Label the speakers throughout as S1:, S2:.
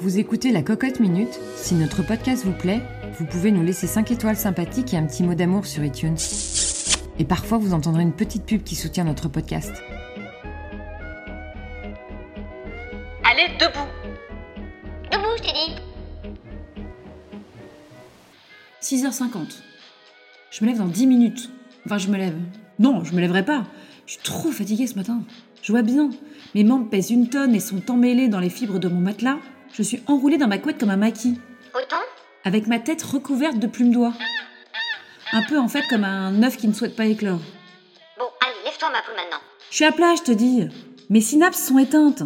S1: Vous écoutez la Cocotte Minute. Si notre podcast vous plaît, vous pouvez nous laisser 5 étoiles sympathiques et un petit mot d'amour sur iTunes. Et parfois, vous entendrez une petite pub qui soutient notre podcast.
S2: Allez, debout
S3: Debout, je t'ai dit.
S4: 6h50. Je me lève dans 10 minutes. Enfin, je me lève. Non, je me lèverai pas. Je suis trop fatiguée ce matin. Je vois bien. Mes membres pèsent une tonne et sont emmêlés dans les fibres de mon matelas. Je suis enroulée dans ma couette comme un maquis,
S3: Autant
S4: avec ma tête recouverte de plumes d'oie. Un peu en fait comme un œuf qui ne souhaite pas éclore.
S3: Bon, allez, lève-toi, ma poule, maintenant.
S4: Je suis à plat, je te dis. Mes synapses sont éteintes.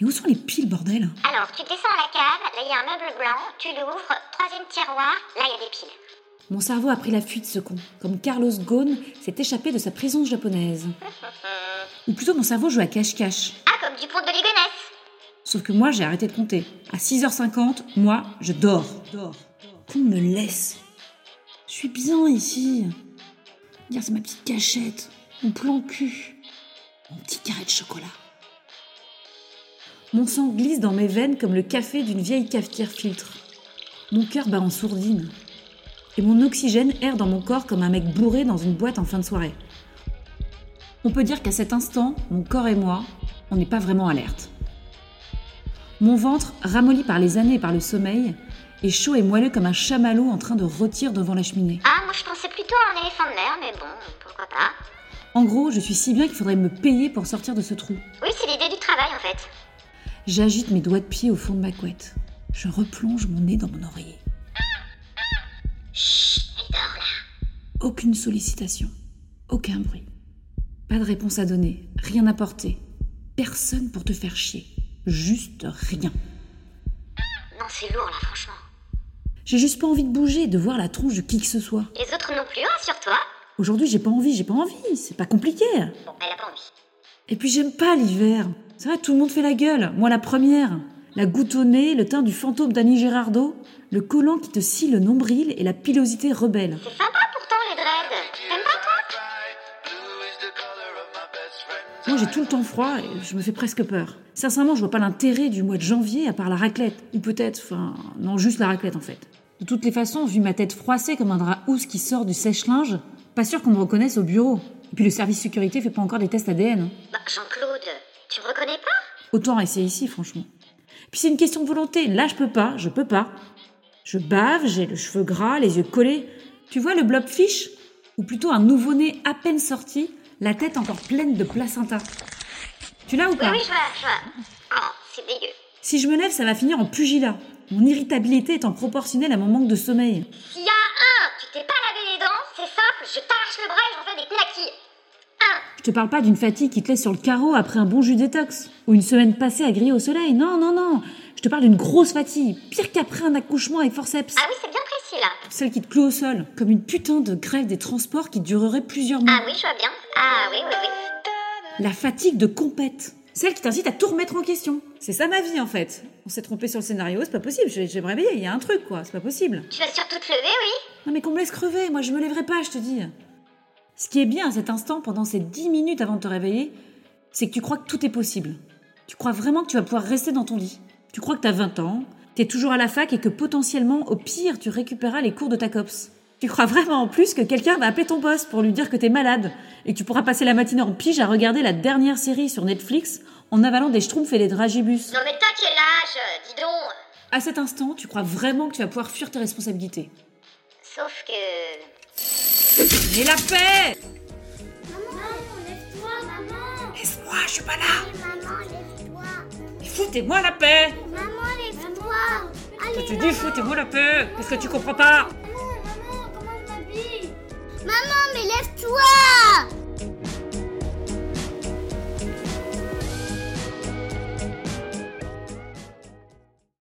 S4: Mais où sont les piles, bordel
S3: Alors, tu descends à la cave, là, il y a un meuble blanc, tu l'ouvres, troisième tiroir, là, il y a des piles.
S4: Mon cerveau a pris la fuite, ce con, comme Carlos Ghosn s'est échappé de sa prison japonaise. Ou plutôt, mon cerveau joue à cache-cache.
S3: Ah, comme du pont de Ligonesse
S4: Sauf que moi, j'ai arrêté de compter. À 6h50, moi, je dors. Dors. Qu'on me laisse. Je suis bien ici. Regarde, c'est ma petite cachette. Mon plan cul. Mon petit carré de chocolat. Mon sang glisse dans mes veines comme le café d'une vieille cafetière filtre. Mon cœur bat en sourdine. Et mon oxygène erre dans mon corps comme un mec bourré dans une boîte en fin de soirée. On peut dire qu'à cet instant, mon corps et moi, on n'est pas vraiment alerte. Mon ventre, ramolli par les années et par le sommeil, est chaud et moelleux comme un chamallow en train de rôtir devant la cheminée.
S3: Ah, moi, je pensais plutôt à un éléphant de mer, mais bon, pourquoi pas.
S4: En gros, je suis si bien qu'il faudrait me payer pour sortir de ce trou.
S3: Oui, c'est l'idée du travail, en fait.
S4: J'agite mes doigts de pied au fond de ma couette. Je replonge mon nez dans mon oreiller.
S3: Il dort, là.
S4: Aucune sollicitation, aucun bruit. Pas de réponse à donner, rien à porter. Personne pour te faire chier. Juste rien.
S3: Non, c'est lourd, là, franchement.
S4: J'ai juste pas envie de bouger, de voir la tronche de qui que ce soit.
S3: Les autres non plus, hein, rassure-toi.
S4: Aujourd'hui, j'ai pas envie, j'ai pas envie, c'est pas compliqué.
S3: Bon, elle a pas envie.
S4: Et puis j'aime pas l'hiver. Ça va, tout le monde fait la gueule, moi la première. La goutte au nez, le teint du fantôme d'Annie Girardot, le collant qui te scie le nombril et la pilosité rebelle.
S3: C'est sympa, pourtant, les dreads. T'aimes pas, toi
S4: Moi j'ai tout le temps froid et je me fais presque peur. Sincèrement, je vois pas l'intérêt du mois de janvier à part la raclette. Ou peut-être, enfin, non, juste la raclette en fait. De toutes les façons, vu ma tête froissée comme un drap housse qui sort du sèche-linge, pas sûr qu'on me reconnaisse au bureau. Et puis le service sécurité fait pas encore des tests ADN. hein.
S3: Bah, Jean-Claude, tu me reconnais pas
S4: Autant rester ici, franchement. Puis c'est une question de volonté. Là, je peux pas, je peux pas. Je bave, j'ai le cheveu gras, les yeux collés. Tu vois le blobfish Ou plutôt un nouveau-né à peine sorti, la tête encore pleine de placenta. Tu l'as ou
S3: Oui,
S4: pas
S3: oui, je vois, je vois. Oh, c'est dégueu.
S4: Si je me lève, ça va finir en pugilat. Mon irritabilité étant proportionnelle à mon manque de sommeil.
S3: S'il y a un, tu t'es pas lavé les dents, c'est simple, je t'arrache le bras et j'en fais des knackis. Un,
S4: Je te parle pas d'une fatigue qui te laisse sur le carreau après un bon jus détox. Ou une semaine passée à griller au soleil. Non, non, non. Je te parle d'une grosse fatigue. Pire qu'après un accouchement avec forceps.
S3: ah oui, c'est bien précis là.
S4: Celle qui te cloue au sol, comme une putain de grève des transports qui durerait plusieurs mois.
S3: Ah oui, je vois bien. Ah oui, oui, oui.
S4: La fatigue de compète. Celle qui t'incite à tout remettre en question. C'est ça ma vie en fait. On s'est trompé sur le scénario, c'est pas possible. Je, vais- je vais me réveiller, il y a un truc quoi, c'est pas possible.
S3: Tu vas surtout te lever, oui
S4: Non mais qu'on me laisse crever, moi je me lèverai pas, je te dis. Ce qui est bien à cet instant, pendant ces 10 minutes avant de te réveiller, c'est que tu crois que tout est possible. Tu crois vraiment que tu vas pouvoir rester dans ton lit. Tu crois que t'as 20 ans, t'es toujours à la fac et que potentiellement, au pire, tu récupéreras les cours de ta copse. Tu crois vraiment en plus que quelqu'un va appeler ton boss pour lui dire que t'es malade et que tu pourras passer la matinée en pige à regarder la dernière série sur Netflix en avalant des schtroumpfs et des dragibus.
S3: Non mais t'as quel âge, euh, dis donc
S4: À cet instant, tu crois vraiment que tu vas pouvoir fuir tes responsabilités.
S3: Sauf que...
S4: Mais la paix
S3: Maman, lève-toi, maman
S4: Laisse-moi, je suis pas là
S3: Maman, lève-toi
S4: Foutez-moi la paix
S3: Maman, lève-toi
S4: Toi, tu dis foutez-moi la paix Qu'est-ce que tu comprends pas
S3: Maman, comment je m'habille Maman, mais lève-toi